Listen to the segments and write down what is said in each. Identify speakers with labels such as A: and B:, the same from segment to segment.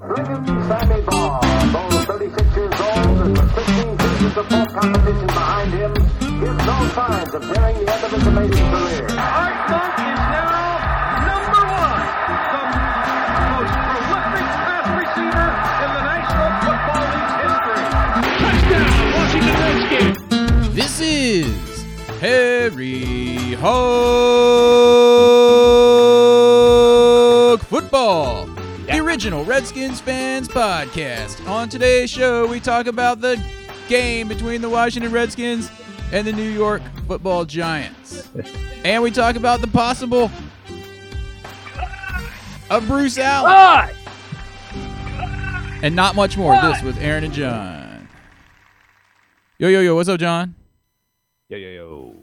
A: William Sammy Barr, though 36 years old and with 15 seasons of full competition behind him, gives no signs of nearing the end of his amazing career.
B: Art Monk is now number one, the most prolific pass receiver in the National Football League's history. Touchdown, Washington Redskins.
C: This is Harry Hog Football, the original Redskins fans podcast. On today's show, we talk about the game between the Washington Redskins and the New York Football Giants, and we talk about the possible of Bruce Allen, and not much more. This with Aaron and John. Yo, yo, yo! What's up, John?
D: Yo yo yo.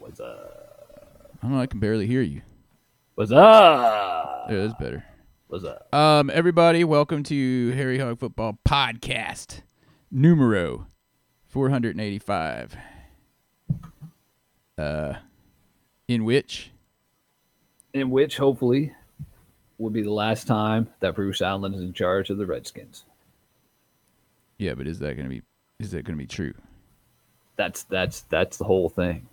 D: What's up?
C: I don't know. I can barely hear you.
D: What's up?
C: There, that's better.
D: What's up?
C: Um, everybody, welcome to Harry Hog Football Podcast, numero 485. Uh, in which,
D: In which hopefully will be the last time that Bruce Allen is in charge of the Redskins.
C: yeah, but is that gonna be is that gonna be true?
D: That's that's that's the whole thing.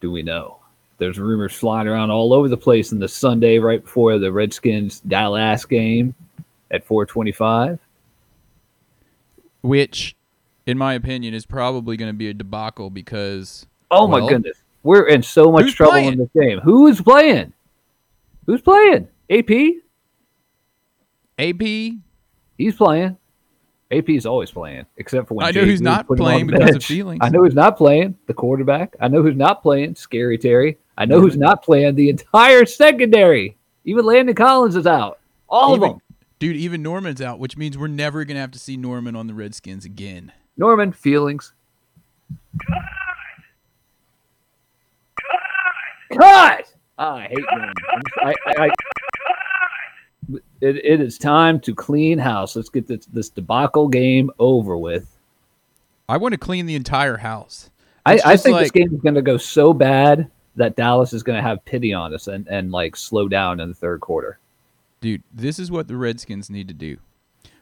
D: Do we know? There's rumors flying around all over the place in the Sunday right before the Redskins Dallas game at 425.
C: Which, in my opinion, is probably gonna be a debacle because
D: Oh my
C: Well,
D: goodness. We're in so much
C: who's
D: trouble
C: playing?
D: in this game. Who is playing? Who's playing? AP?
C: AP.
D: He's playing. AP is always playing, except for when
C: I know
D: JV
C: who's not
D: put him on
C: playing
D: the
C: because of
D: bench.
C: feelings.
D: I know who's not playing the quarterback. I know who's not playing Scary Terry. I know who's not playing the entire secondary. Even Landon Collins is out. All
C: even-
D: of them.
C: Dude, even Norman's out, which means we're never gonna have to see Norman on the Redskins again.
D: Norman feelings. Cut! Cut! Ah, I hate Norman. I, I, I, it, it is time to clean house. Let's get this, this debacle game over with.
C: I want to clean the entire house.
D: I,
C: It's
D: I
C: just
D: think this
C: like-
D: game is going to go so bad that Dallas is going to have pity on us and, and like slow down in the third quarter.
C: Dude, this is what the Redskins need to do.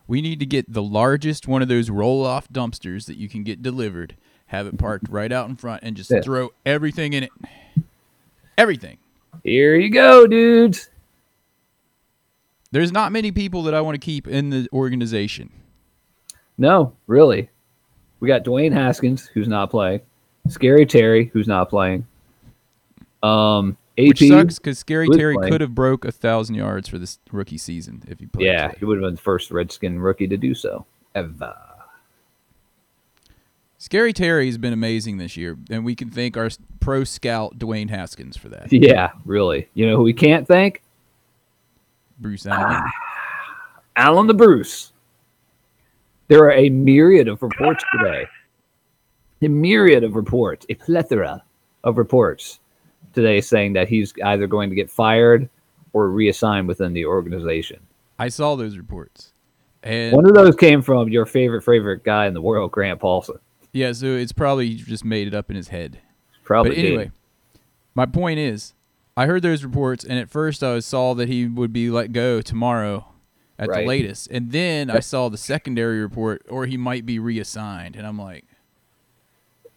C: We need to get the largest one of those roll off dumpsters that you can get delivered, have it parked right out in front, and just
D: Yeah.
C: throw everything in it. Everything.
D: Here you go, dudes.
C: There's not many people that I want to keep in the organization.
D: No, really. We got Dwayne Haskins, who's not playing. Scary Terry, who's not playing. Um, AP.
C: Which sucks because Scary
D: good
C: Terry
D: play.
C: could have broke a thousand yards for this rookie season if he played.
D: Yeah,
C: today.
D: he would have been the first Redskin rookie to do so. Ever.
C: Scary Terry has been amazing this year, and we can thank our pro scout Dwayne Haskins for that.
D: Yeah, really. You know who we can't thank?
C: Bruce Allen.
D: Ah. Alan the Bruce. There are a myriad of reports today. A myriad of reports, a plethora of reports today saying that he's either going to get fired or reassigned within the organization.
C: I saw those reports. And
D: One of those came from your favorite, favorite guy in the world, Grant Paulson.
C: yeah, so it's probably just made it up in his head.
D: Probably.
C: but
D: did.
C: anyway, my point is, I heard those reports, and at first I saw that he would be let go tomorrow at the
D: Right.
C: latest, and then I saw the secondary report, or he might be reassigned, and I'm like,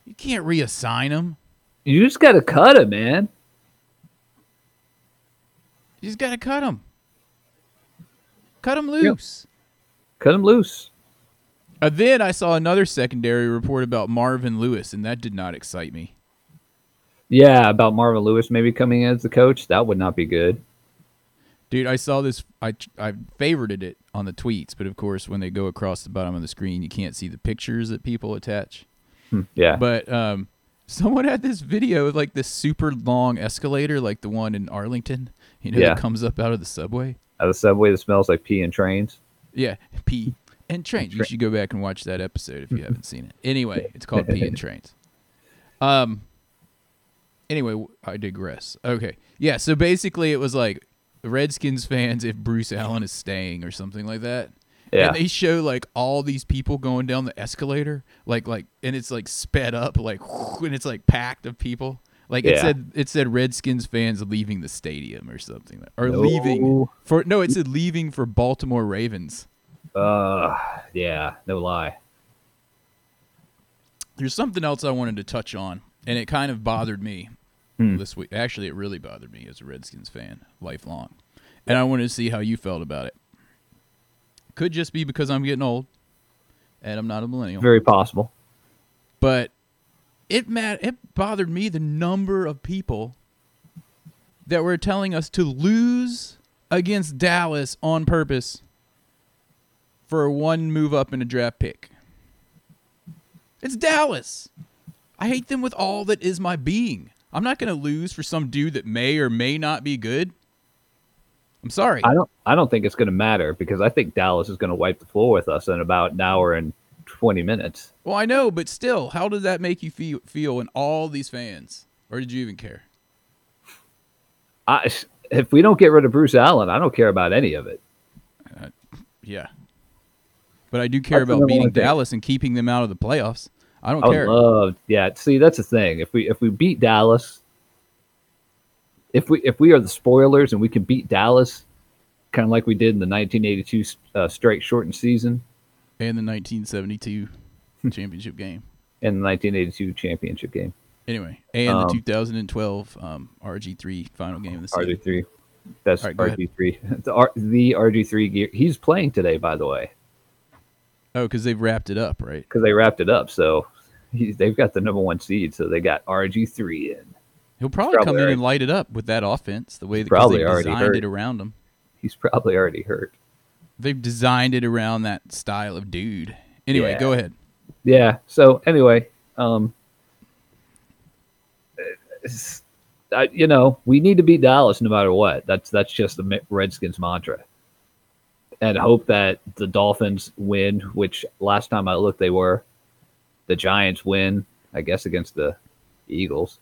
C: you can't reassign him.
D: you just got to cut him, man.
C: You just gotta cut him, cut him loose.
D: Cut him loose.
C: And then I saw another secondary report about Marvin Lewis, and that did not excite me.
D: Yeah, about Marvin Lewis maybe coming in as the coach. That would not be good.
C: Dude, I saw this. I I favorited it on the tweets, but of course, when they go across the bottom of the screen, you can't see the pictures that people attach.
D: Yeah.
C: But um, someone had this video of like this super long escalator, like the one in Arlington, you know,
D: Yeah.
C: that comes up out of the subway.
D: Out of the subway that smells like pee and trains.
C: Yeah, P and trains. You should go back and watch that episode if you
D: Mm-hmm.
C: haven't seen it. Anyway, it's called P and Trains. Um. Anyway, w- I digress. Okay, yeah. So basically, it was like Redskins fans if Bruce Allen is staying or something like that.
D: Yeah.
C: And they show like all these people going down the escalator, like like, and it's like sped up, like, and it's like packed of people. Like it
D: Yeah.
C: said, it said Redskins fans leaving the stadium or something, or
D: No.
C: leaving for no, it said leaving for Baltimore Ravens.
D: Uh, yeah, no lie.
C: There's something else I wanted to touch on, and it kind of bothered me this week. Actually, it really bothered me as a Redskins fan, lifelong. And I wanted to see how you felt about it. Could just be because I'm getting old and I'm not a millennial.
D: Very possible.
C: but it mad it bothered me the number of people that were telling us to lose against Dallas on purpose for one move up in a draft pick. It's Dallas. I hate them with all that is my being. I'm not going to lose for some dude that may or may not be good. I'm sorry.
D: I don't. I don't think it's going to matter because I think Dallas is going to wipe the floor with us in about an hour and twenty minutes.
C: well, I know, but still, how does that make you feel, feel in all these fans? Or did you even care?
D: I, if we don't get rid of Bruce Allen, I don't care about any of it.
C: Yeah. But I do care
D: That's the
C: about
D: number
C: beating
D: one thing.
C: Dallas and keeping them out of the playoffs. I don't
D: I would
C: care.
D: love. Yeah, see, that's the thing. If we if we beat Dallas, if we if we are the spoilers and we can beat Dallas, kind of like we did in the 1982 uh, straight shortened season
C: and the 1972 championship game.
D: and the 1982 championship game,
C: Anyway, and the
D: Um,
C: 2012 um, RG3 final game of the season.
D: RG3. That's
C: All right, go ahead.
D: RG3. The, R, the RG3 gear. He's playing today, by the way,
C: Oh, because they've wrapped it up, right?
D: because they wrapped it up. So he, they've got the number one seed. So they got RG3 in.
C: He'll probably,
D: Probably
C: come in
D: already-
C: and light it up with that offense, the way that 'cause
D: Probably
C: they've
D: already
C: designed
D: hurt.
C: it around him.
D: He's probably already hurt.
C: They've designed it around that style of dude. Anyway,
D: Yeah.
C: go ahead.
D: yeah so anyway um it's- I, you know we need to beat dallas no matter what that's that's just the Mi- redskins mantra and hope that the dolphins win which last time i looked they were the giants win i guess against the eagles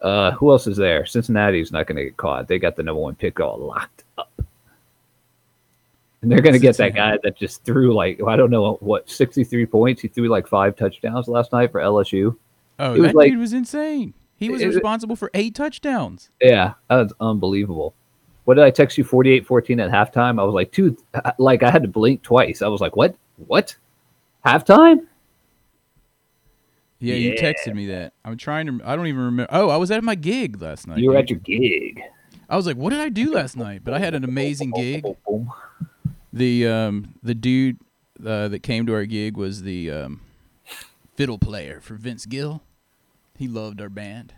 D: uh who else is there cincinnati's not going to get caught they got the number one pick all locked up and they're going to get that guy that just threw like i don't know what 63 points he threw like five touchdowns last night for lsu
C: Oh,
D: It was
C: that
D: like-
C: dude was insane. He was
D: It- it-
C: responsible for eight touchdowns.
D: Yeah, that's unbelievable. What did I text you? 48 14 at halftime. I was like, dude, I- like I had to blink twice. I was like, what? What? Halftime?
C: Yeah, you
D: Yeah.
C: texted me that. I'm trying to. I don't even remember. Oh, I was at my gig last night.
D: You were
C: dude.
D: at your gig.
C: I was like, "What did I do last night?" But I had an amazing gig.
D: Boom, boom.
C: The um the dude uh, that came to our gig was the um, fiddle player for Vince Gill. He loved our band.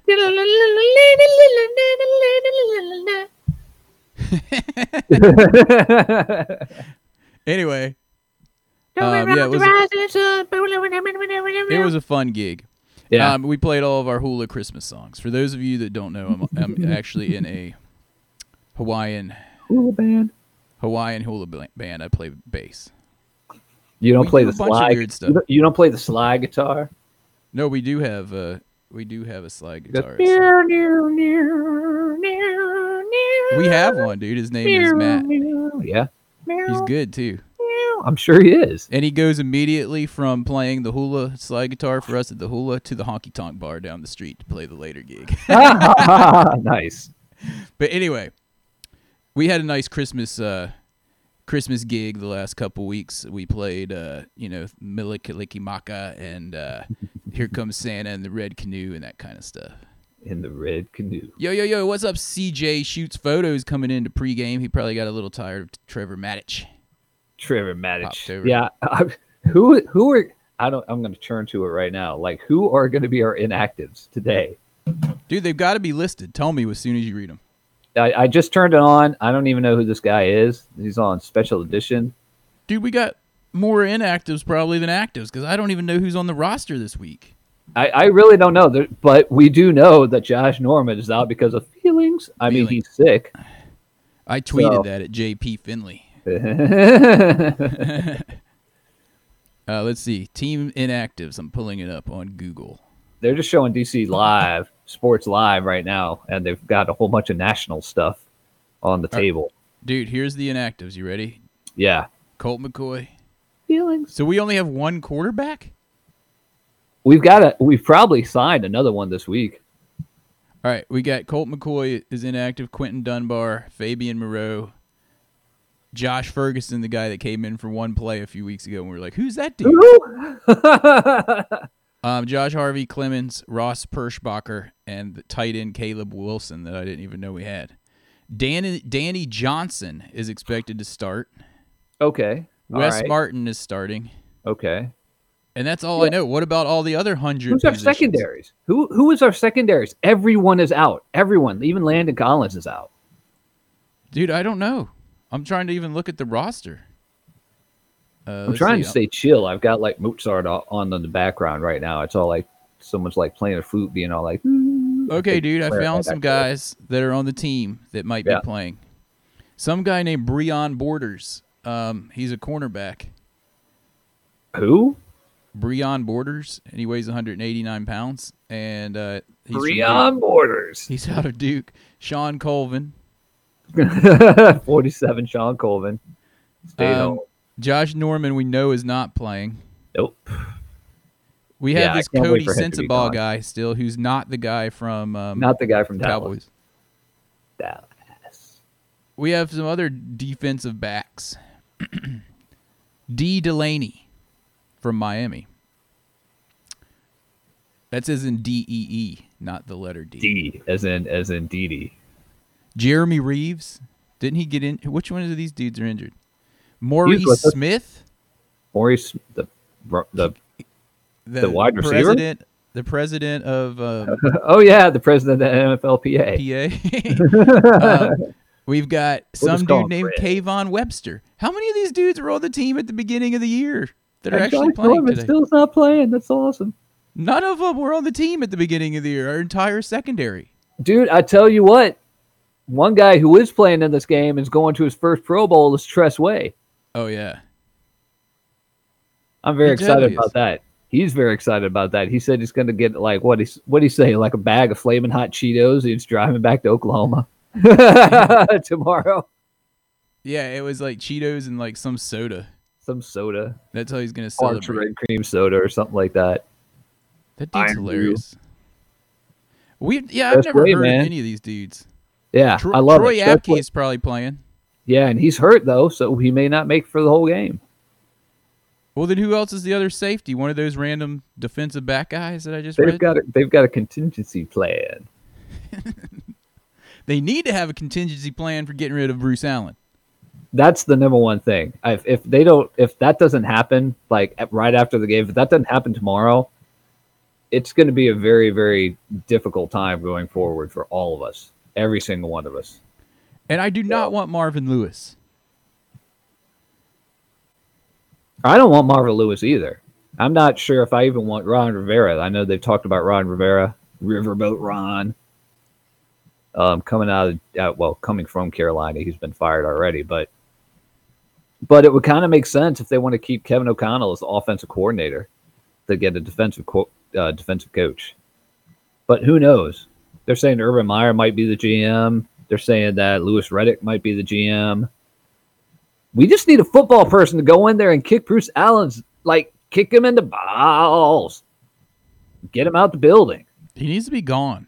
C: Anyway, um, yeah, it was it was a fun gig.
D: Yeah.
C: Um, we played all of our hula Christmas songs. For those of you that don't know, I'm, I'm actually in a Hawaiian
D: cool band.
C: Hawaiian hula bla- band. I play bass.
D: You don't
C: We
D: play
C: do
D: the
C: a bunch of
D: slide.
C: weird stuff.
D: You, don't, you don't play the slide guitar.
C: No, we do have uh we do have a slide
D: That's-
C: guitarist. We have one, dude. His name is Matt.
D: Yeah.
C: He's good too.
D: I'm sure he is.
C: And he goes immediately from playing the hula slide guitar for us at the hula to the honky tonk bar down the street to play the later gig.
D: Ah, nice.
C: but anyway, we had a nice Christmas uh, Christmas gig the last couple weeks. We played, uh, you know, Milikaliki Maka and uh, Here Comes Santa and the Red Canoe and that kind of stuff.
D: In the red canoe.
C: Yo, yo, yo, what's up? CJ shoots photos coming into pregame. He probably got a little tired of Trevor Maddich.
D: Trevor
C: Popped
D: Maddich.
C: over.
D: Yeah, I- who who are I don't I'm going to turn to it right now. Like who are going to be our inactives today?
C: Dude, they've got to be listed. Tell me as soon as you read them.
D: I, I just turned it on. I don't even know who this guy is. He's on special edition.
C: Dude, we got more inactives probably than actives because I don't even know who's on the roster this week.
D: I, I really don't know, There- but we do know that Josh Norman is out because of feelings. I mean,
C: Feelings.
D: he's sick.
C: I tweeted
D: So-
C: that at JP Finley.
D: yeah,
C: Uh, let's see. Team inactives. I'm pulling it up on Google.
D: they're just showing DC live, sports live right now, and they've got a whole bunch of national stuff on the
C: Uh,
D: table.
C: Dude, here's the inactives. You ready?
D: Yeah,
C: Colt McCoy.
D: feelings.
C: So we only have one quarterback?
D: We've got a. We've probably signed another one this week.
C: All right. We got Colt McCoy is inactive. Quentin Dunbar, Fabian Moreau, Josh Ferguson, the guy that came in for one play a few weeks ago, and we were like, "Who's that dude?"
D: Woo!
C: Um, Josh Harvey, Clemens, Ross Perschbacher, and the tight end Caleb Wilson that I didn't even know we had. Danny, Danny Johnson is expected to start.
D: okay. all
C: Wes
D: right,
C: Martin is starting,
D: Okay.
C: and that's all I know. What about all the other hundred?
D: Who's our
C: positions?
D: secondaries? Who who is our secondaries? Everyone is out. Everyone, even Landon Collins is out.
C: dude? I don't know. I'm trying to even look at the roster. Uh,
D: I'm trying to stay chill. I've got like Mozart o- on in the background right now. It's all like someone's like playing a flute, being all like, "Hmm, "Ooh."
C: Okay, dude, I
D: Where-
C: found some guys that are on the team that might
D: Yeah.
C: be playing. Some guy named Breon Borders. Um, he's a cornerback.
D: "Who?"
C: Breon Borders, and he weighs 189 pounds. And uh, he's from Duke.
D: Breon Borders,
C: He's out of Duke. Sean Colvin,
D: forty-seven. Sean Colvin. Stay
C: Um,
D: home.
C: Josh Norman, we know is not playing.
D: Nope.
C: We have
D: Yeah, I
C: this
D: can't wait
C: Cody
D: for him to be
C: Sensabaugh
D: gone.
C: guy still, who's not the guy from um,
D: Not the guy from Dallas.
C: Cowboys.
D: Dallas.
C: We have some other defensive backs. D. Delaney from Miami. That says in D E E, not the letter D.
D: D as in as in DD.
C: Jeremy Reeves. Didn't he get in? Which one of these dudes are injured? Maurice
D: with us.
C: Smith,
D: Maurice the the
C: the,
D: wide receiver?
C: president, the president of uh,
D: oh yeah the president of the NFLPA.
C: PA. Um, we've got
D: We'll
C: some
D: just call
C: dude
D: him
C: named
D: Fred.
C: Kayvon Webster. How many of these dudes were on the team at the beginning of the year that are
D: And
C: actually
D: Josh
C: playing
D: Norman
C: today?
D: still's not playing. That's awesome,
C: None of them were on the team at the beginning of the year. Our entire secondary.
D: dude. I tell you what, one guy who is playing in this game is going to his first Pro Bowl is Tress Way.
C: Oh yeah,
D: I'm very
C: He
D: excited
C: totally
D: about
C: is.
D: that. He's very excited about that. He said he's going to get like what he's what he's saying like a bag of flaming hot Cheetos. He's driving back to Oklahoma tomorrow.
C: yeah. It was like Cheetos and like some soda.
D: Some soda,
C: That's how he's gonna
D: orange
C: celebrate.
D: red cream soda or something like that.
C: That dude's
D: Iron Brew.
C: hilarious. We yeah, I've
D: That's
C: never
D: great,
C: heard
D: man.
C: of any of these dudes.
D: Yeah,
C: Tro-
D: I love
C: Troy
D: it. That's
C: Apke
D: what-
C: is probably playing.
D: yeah, and he's hurt though, so he may not make for the whole game.
C: Well, then who else is the other safety? One of those random defensive back guys that I just
D: They've
C: read.
D: got a, they've got a contingency plan.
C: they need to have a contingency plan for getting rid of Bruce Allen.
D: That's the number one thing. If, if they don't, if that doesn't happen, like at- right after the game, if that doesn't happen tomorrow, it's going to be a very very difficult time going forward for all of us, every single one of us.
C: And I do not want Marvin Lewis.
D: I don't want Marvin Lewis either. I'm not sure if I even want Ron Rivera. I know they've talked about Ron Rivera, Riverboat Ron, um, coming out of uh, well, coming from Carolina. He's been fired already, but but it would kind of make sense if they want to keep Kevin O'Connell as the offensive coordinator to get a defensive co- uh, defensive coach. But who knows? They're saying Urban Meyer might be the GM. They're saying that Lewis Reddick might be the GM we just need a football person to go in there and kick Bruce Allen's like kick him in the balls, get him out the building.
C: He needs to be gone.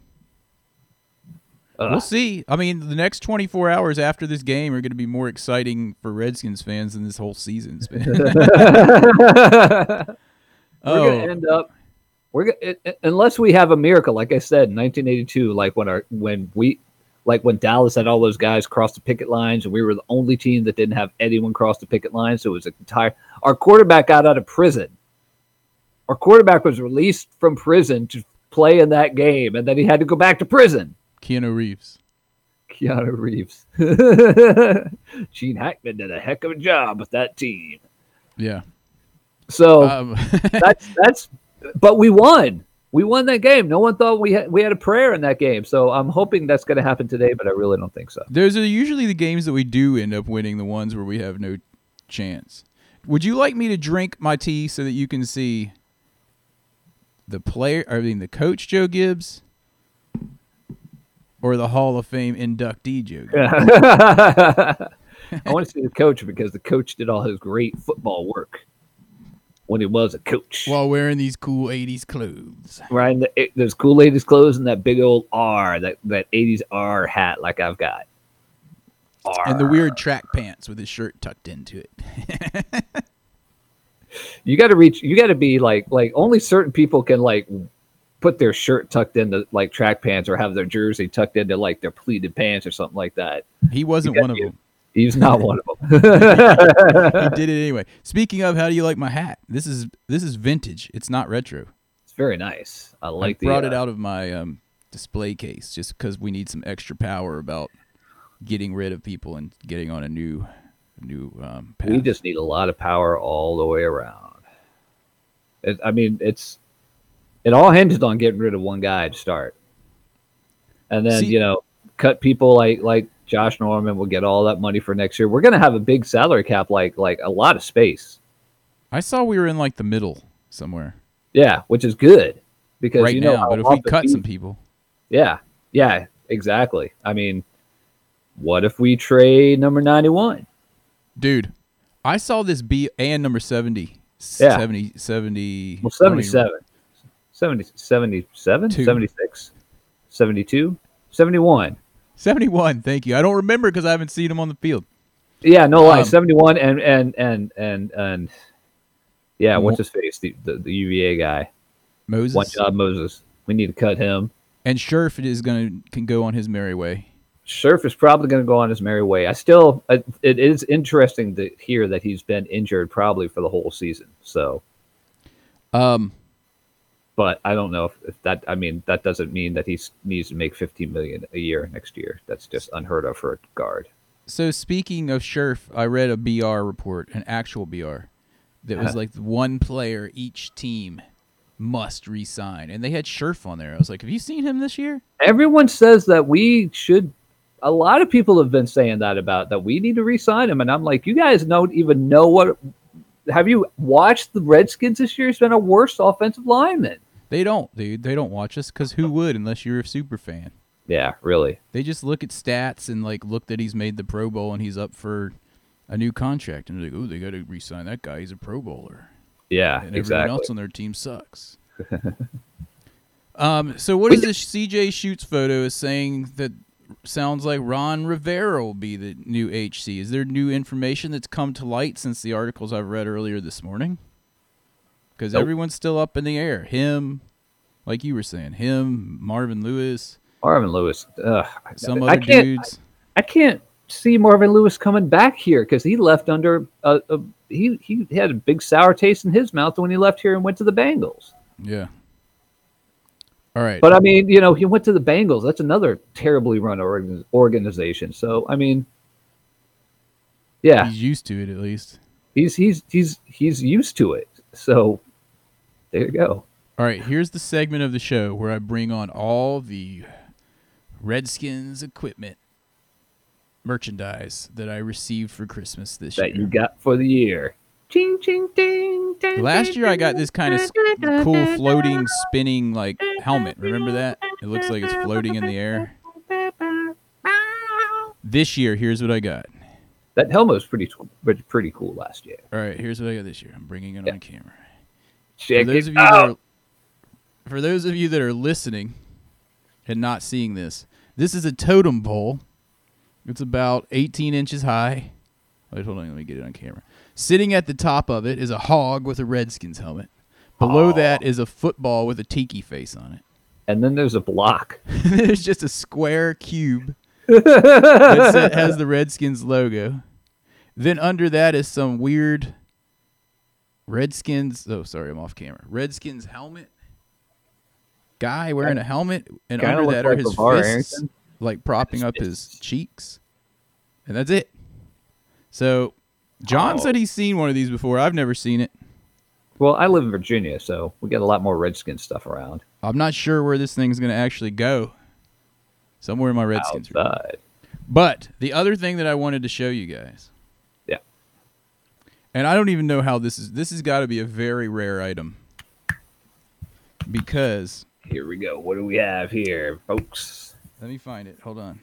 D: Uh,
C: We'll see. I mean, the next 24 hours after this game are going to be more exciting for Redskins fans than this whole season's been.
D: We're gonna
C: oh,
D: end up. We're gonna, it- it- unless we have a miracle, like I said, in 1982, like when our when we, like when Dallas had all those guys cross the picket lines, and we were the only team that didn't have anyone cross the picket line. So it was an entire. Our quarterback got out of prison. Our quarterback was released from prison to play in that game, and then he had to go back to prison.
C: Keanu Reeves.
D: Keanu Reeves. Gene Hackman did a heck of a job with that team.
C: Yeah.
D: So
C: Um,
D: that's that's but we won. We won that game. No one thought we had we had a prayer in that game. So I'm hoping that's going to happen today, but I really don't think so.
C: those are usually the games that we do end up winning, the ones where we have no chance. Would you like me to drink my tea so that you can see the player, I mean, the coach Joe Gibbs or the Hall of Fame inductee Joe Gibbs?
D: I want to see the coach because the coach did all his great football work when he was a coach.
C: While wearing these cool 80s clothes.
D: right, in the, it- those cool ladies' clothes and that big old R, that that '80s R hat, like I've got.
C: and the weird track pants with his shirt tucked into it.
D: You got to reach. You got to be like like only certain people can like put their shirt tucked into like track pants or have their jersey tucked into like their pleated pants or something like that.
C: He wasn't
D: got
C: one of
D: you.
C: them.
D: He's not one of them.
C: He did it anyway. Speaking of, how do you like my hat? This is this is vintage. It's not retro.
D: it's very nice. I like
C: I brought
D: the,
C: it
D: uh,
C: out of my um, display case just because we need some extra power about getting rid of people and getting on a new new um, path.
D: We just need a lot of power all the way around. It, I mean, it's it all hinges on getting rid of one guy to start, and then
C: See-
D: you know, cut people like like Josh Norman will get all that money for next year. We're gonna have a big salary cap, like like a lot of space.
C: I saw we were in like the middle somewhere
D: Yeah, which is good because
C: right
D: you know
C: now,
D: how
C: but if we
D: often
C: cut some people,
D: yeah, yeah, exactly. I mean, what if we trade number ninety-one?
C: dude, I saw this B and number 70,
D: Yeah.
C: 70, 70
D: Well,
C: I don't even-
D: 77, 70, 77,
C: Two.
D: 76, 72, 71.
C: 71. Thank you. I don't remember because I haven't seen him on the field.
D: Yeah, no lie,
C: Um,
D: 71 and and and and and yeah,
C: Mo-
D: what's his face? The the, the UVA guy.
C: Moses
D: One job Moses. We need to cut him.
C: and Scherf is gonna can go on his merry way.
D: Surf is probably going to go on his merry way. I still, I, it is interesting to hear that he's been injured probably for the whole season. So,
C: Um,
D: but I don't know if, if that. I mean, that doesn't mean that he needs to make fifteen million a year next year. That's just unheard of for a guard.
C: So speaking of Scherf, I read a BR report, an actual BR, that was like one player each team must resign, and they had Scherf on there. I was like, "Have you seen him this year?"
D: everyone says that we should a lot of people have been saying that about that we need to re-sign him and i'm like you guys don't even know what have you watched the redskins this year it's been a worse offensive lineman
C: They don't, dude. They don't watch us because who would unless you're a super fan?
D: yeah really
C: They just look at stats and like look that he's made the Pro Bowl and he's up for a new contract, and they're like, "Oh, they got to resign that guy. He's a Pro Bowler."
D: yeah
C: and everyone
D: exactly
C: else on their team sucks. um, so what is this CJ Shoots photo is saying that sounds like Ron Rivera will be the new HC? Is there new information that's come to light since the articles I've read earlier this morning? Because
D: Nope.
C: everyone's still up in the air. Him, like you were saying, him, Marvin Lewis,
D: marvin lewis Ugh.
C: some
D: I
C: other
D: can't-
C: dudes.
D: i can't see marvin lewis coming back here because he left under a, a he, he had a big sour taste in his mouth when he left here and went to the bengals
C: yeah. All right.
D: But I mean, you know, he went to the Bengals. That's another terribly run organ- organization. So I mean, yeah,
C: He's used to it at least.
D: he's he's he's he's used to it. So there you go.
C: All right, here's the segment of the show where I bring on all the Redskins equipment merchandise that I received for Christmas this
D: That you
C: year.
D: got for the year. Ching ching ding. ding
C: Last
D: ding,
C: year I
D: ding,
C: got this kind of cool floating spinning like helmet. Remember that? It looks like it's floating in the air. This year, here's what I got.
D: That helmet was pretty pretty- pretty cool last year.
C: All right, here's what I got this year. I'm bringing it on camera.
D: Check
C: for those
D: it
C: of you
D: out.
C: that are, for those of you that are listening and not seeing this, this is a totem pole. It's about 18 inches high. Wait, hold on, let me get it on camera. Sitting at the top of it is a hog with a Redskins helmet. Below that is a football with a tiki face on it.
D: and then there's a block.
C: There's just a square cube that sa- has the Redskins logo. Then under that is some weird Redskins. Oh, sorry, I'm off camera. Redskins helmet guy wearing a helmet, and
D: Kinda
C: under
D: looks
C: that are
D: like
C: his
D: LeVar
C: fists,
D: Arrington.
C: like propping up his cheeks, and that's it. So, John
D: Oh.
C: said he's seen one of these before. I've never seen it.
D: Well, I live in Virginia, so we get a lot more Redskin stuff around.
C: I'm not sure where this thing's going to actually go. Somewhere in my Redskins. room.
D: Outside.
C: But the other thing that I wanted to show you guys,
D: Yeah.
C: and I don't even know how this is. This has got to be a very rare item because
D: Here we go. What do we have here, folks?
C: let me find it. Hold on.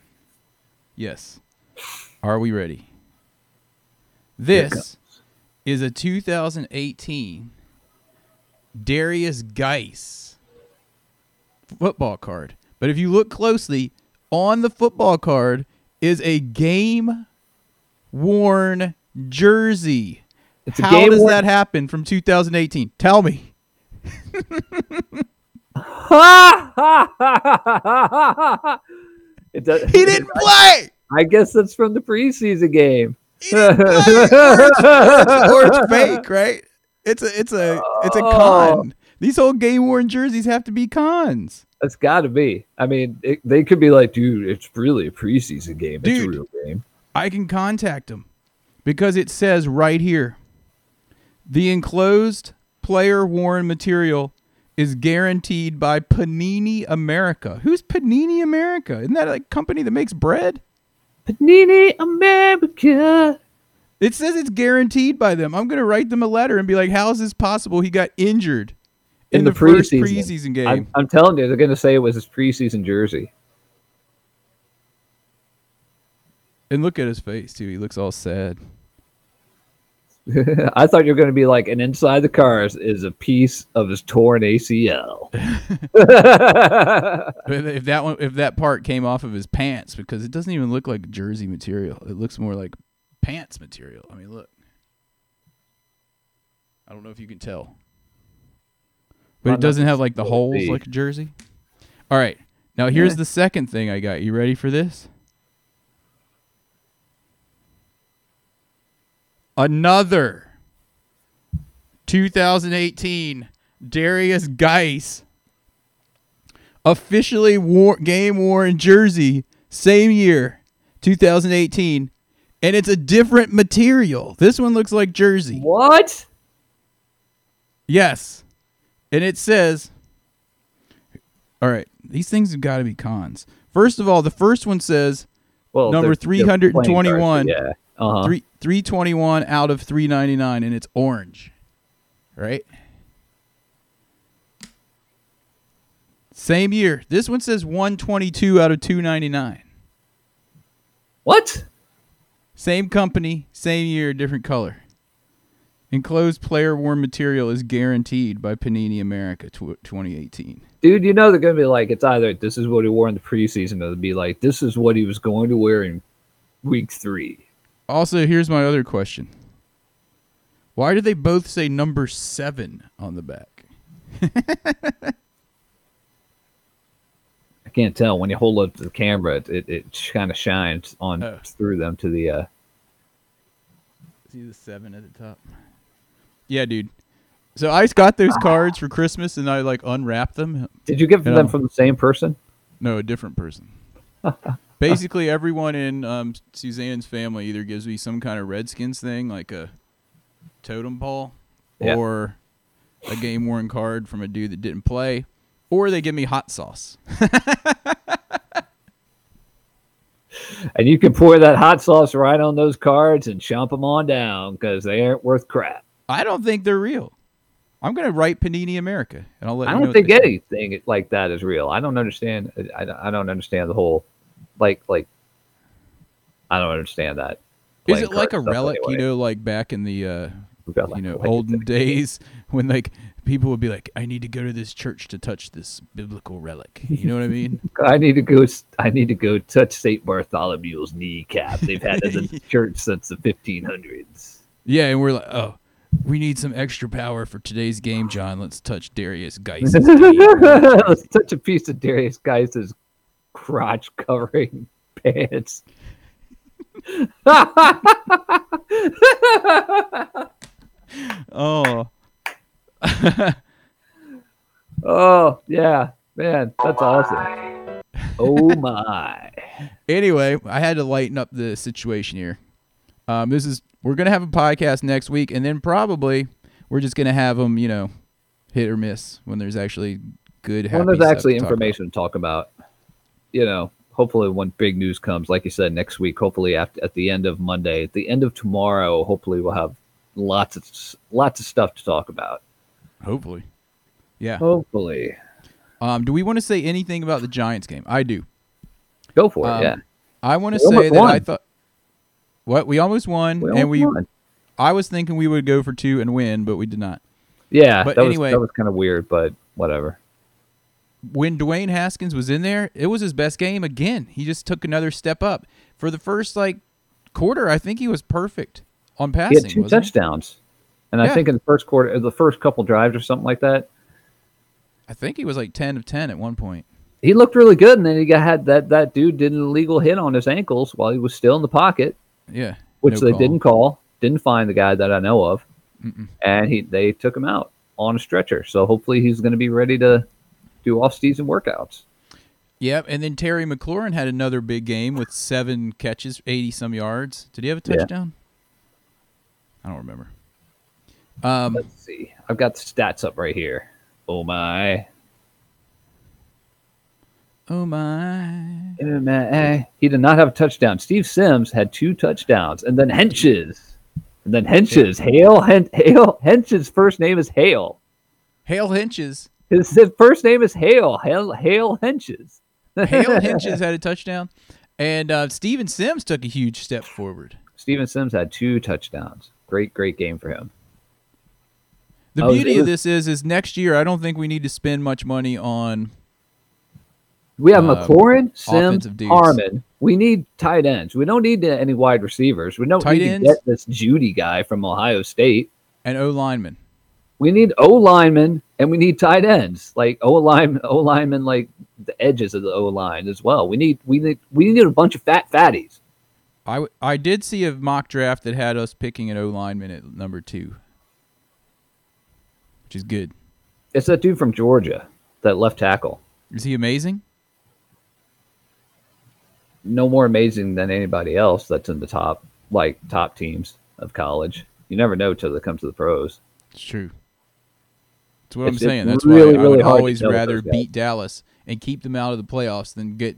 C: Yes. Are we ready? This is a 2018 Darius Geis football card. But if you look closely on the football card is a game worn jersey.
D: It's a
C: How
D: game
C: does
D: worn-
C: that happen from 2018? Tell me.
D: it does,
C: He didn't play.
D: I guess that's from the preseason game.
C: He didn't play. Or it's, or it's fake, right? It's a it's a it's a con. These old game worn jerseys have to be cons.
D: That's got to be. I mean, it, they could be like, dude, it's really a preseason game. It's a
C: Dude.
D: real game.
C: I can contact him because it says right here the enclosed player worn material is guaranteed by Panini America. Who's Panini America? Isn't that a company that makes bread?
D: Panini America.
C: It says it's guaranteed by them. I'm going to write them a letter and be like, how is this possible? He got injured in, the, first preseason game.
D: I'm, I'm telling you, they're going to say it was his preseason jersey.
C: and look at his face, too. He looks all sad.
D: I thought you were going to be like, and inside the cars is a piece of his torn ACL.
C: If if that one, if that part came off of his pants, because it doesn't even look like jersey material. It looks more like pants material. I mean, look. I don't know if you can tell, but it
D: Not
C: doesn't have like the holes
D: see.
C: like a jersey. All right, now here's the second thing I got. You ready for this? Another 2018 Darius Geis officially war- game worn jersey same year 2018 and it's a different material this one looks like jersey
D: what?
C: yes and it says all right these things have got to be cons first of all the first one says
D: Well,
C: Number
D: they're- they're playing cars,
C: 321.
D: Yeah. Uh-huh.
C: three, 321 out of 399 and it's orange right same year this one says 122 out of 299
D: What?
C: Same company, same year, different color. Enclosed player worn material is guaranteed by Panini America tw- 2018.
D: Dude, you know they're going to be like, it's either this is what he wore in the preseason, or it'll be like, this is what he was going to wear in week three.
C: Also, here's my other question. Why do they both say number 7 on the back?
D: I can't tell. When you hold up to the camera, it, it, it kind of shines on
C: Oh.
D: through them to the. Uh,
C: See the 7 at the top. Yeah, dude. So I got those cards for Christmas and I like unwrapped them.
D: did you get
C: You
D: them
C: know.
D: from the same person?
C: No, a different person. Basically, everyone in um, Suzanne's family either gives me some kind of Redskins thing, like a totem pole,
D: Yeah.
C: or a game worn card from a dude that didn't play, or they give me hot sauce.
D: And you can pour that hot sauce right on those cards and chomp them on down because they aren't worth crap.
C: I don't think they're real. I'm gonna write Panini America, and I'll let.
D: I
C: you know
D: don't
C: what
D: think
C: they-
D: anything like that is real. I don't understand. I, I I don't understand the whole, like, like. I don't understand that.
C: Is
D: playing
C: it like
D: card
C: a
D: stuff
C: relic? You
D: anyway.
C: know, like back in the uh,
D: We've got,
C: you know
D: like,
C: olden days when like people would be like, "I need to go to this church to touch this biblical relic." You know what I mean?
D: I need to go. s- I need to go touch Saint Bartholomew's kneecap. They've had it in the church since the 1500s.
C: Yeah, and we're like, oh, we need some extra power for today's game, John. Let's touch Darius Geis.
D: Let's touch a piece of Darius Geis's crotch covering pants.
C: oh,
D: Oh yeah, man, that's awesome. Oh my!
C: anyway, I had to lighten up the situation here. Um, this is we're gonna have a podcast next week, and then probably we're just gonna have them, you know, hit or miss when there's actually good.
D: When
C: happy
D: there's
C: stuff
D: actually
C: to talk
D: information to talk about, you know, hopefully when big news comes, like you said, next week. Hopefully at, at the end of Monday, at the end of tomorrow, hopefully we'll have lots of s- lots of stuff to talk about.
C: about. Hopefully, yeah.
D: Hopefully,
C: Um, do we want to say anything about the Giants game? I do.
D: go for it.
C: Um,
D: Yeah,
C: I want to
D: We almost
C: say that I
D: won.
C: thought what we almost won,
D: We
C: and
D: almost
C: we.
D: won.
C: I was thinking we would go for two and win, but we did not.
D: yeah.
C: but
D: that
C: anyway-
D: was that was kind of weird, but whatever.
C: when Dwayne Haskins was in there, it was his best game again. He just took another step up. for the first like quarter, I think he was perfect on
D: He
C: passing.
D: had two
C: wasn't he?
D: touchdowns, and
C: Yeah.
D: I think in the first quarter, the first couple drives or something like that,
C: I think he was like ten of ten at one point.
D: he looked really good. And then he got had that that dude did an illegal hit on his ankles while he was still in the pocket,
C: Yeah,
D: which
C: no
D: they
C: call.
D: didn't call, didn't find the guy that I know of, and he they took him out on a stretcher. So hopefully he's going to be ready to do off season workouts.
C: Yep, and then Terry McLaurin had another big game with seven catches, eighty some yards. Did he have a
D: Yeah.
C: touchdown? I don't remember. Um,
D: Let's see, I've got the stats up right here. Oh my,
C: oh my!
D: oh my! He did not have a touchdown. Steve Sims had two touchdowns, and then Henches, and then Henches. Hale, Hen- Hale, Henches' first name is Hale.
C: Hale Hinches,
D: His, his first name is Hale. Hale, Hale Henches.
C: Hale Hinches had a touchdown, and uh, Steven Sims took a huge step forward.
D: Steven Sims had two touchdowns. Great, great game for him.
C: The
D: I was-
C: beauty of
D: it was-
C: this is, is next year I don't think we need to spend much money on.
D: We have
C: Um,
D: McLaurin, Sims,
C: offensive dudes.
D: Harmon. We need tight ends. We don't need any wide receivers. We don't
C: Tight
D: need
C: ends?
D: to get this Judy guy from Ohio State.
C: an O lineman.
D: We need O linemen and we need tight ends. Like O line, O linemen, like the edges of the O line as well. We need, we need, we need a bunch of fat fatties.
C: I, w- I did see a mock draft that had us picking an O lineman at number two, which is good.
D: It's that dude from Georgia, that left tackle.
C: Is he amazing?
D: no more amazing than anybody else that's in the top like top teams of college. You never know till they come to the pros.
C: It's true. That's what
D: It's-
C: I'm
D: it's
C: saying. That's
D: really,
C: why I
D: really
C: would
D: hard to
C: always
D: tell with
C: rather
D: those guys.
C: beat Dallas and keep them out of the playoffs than get,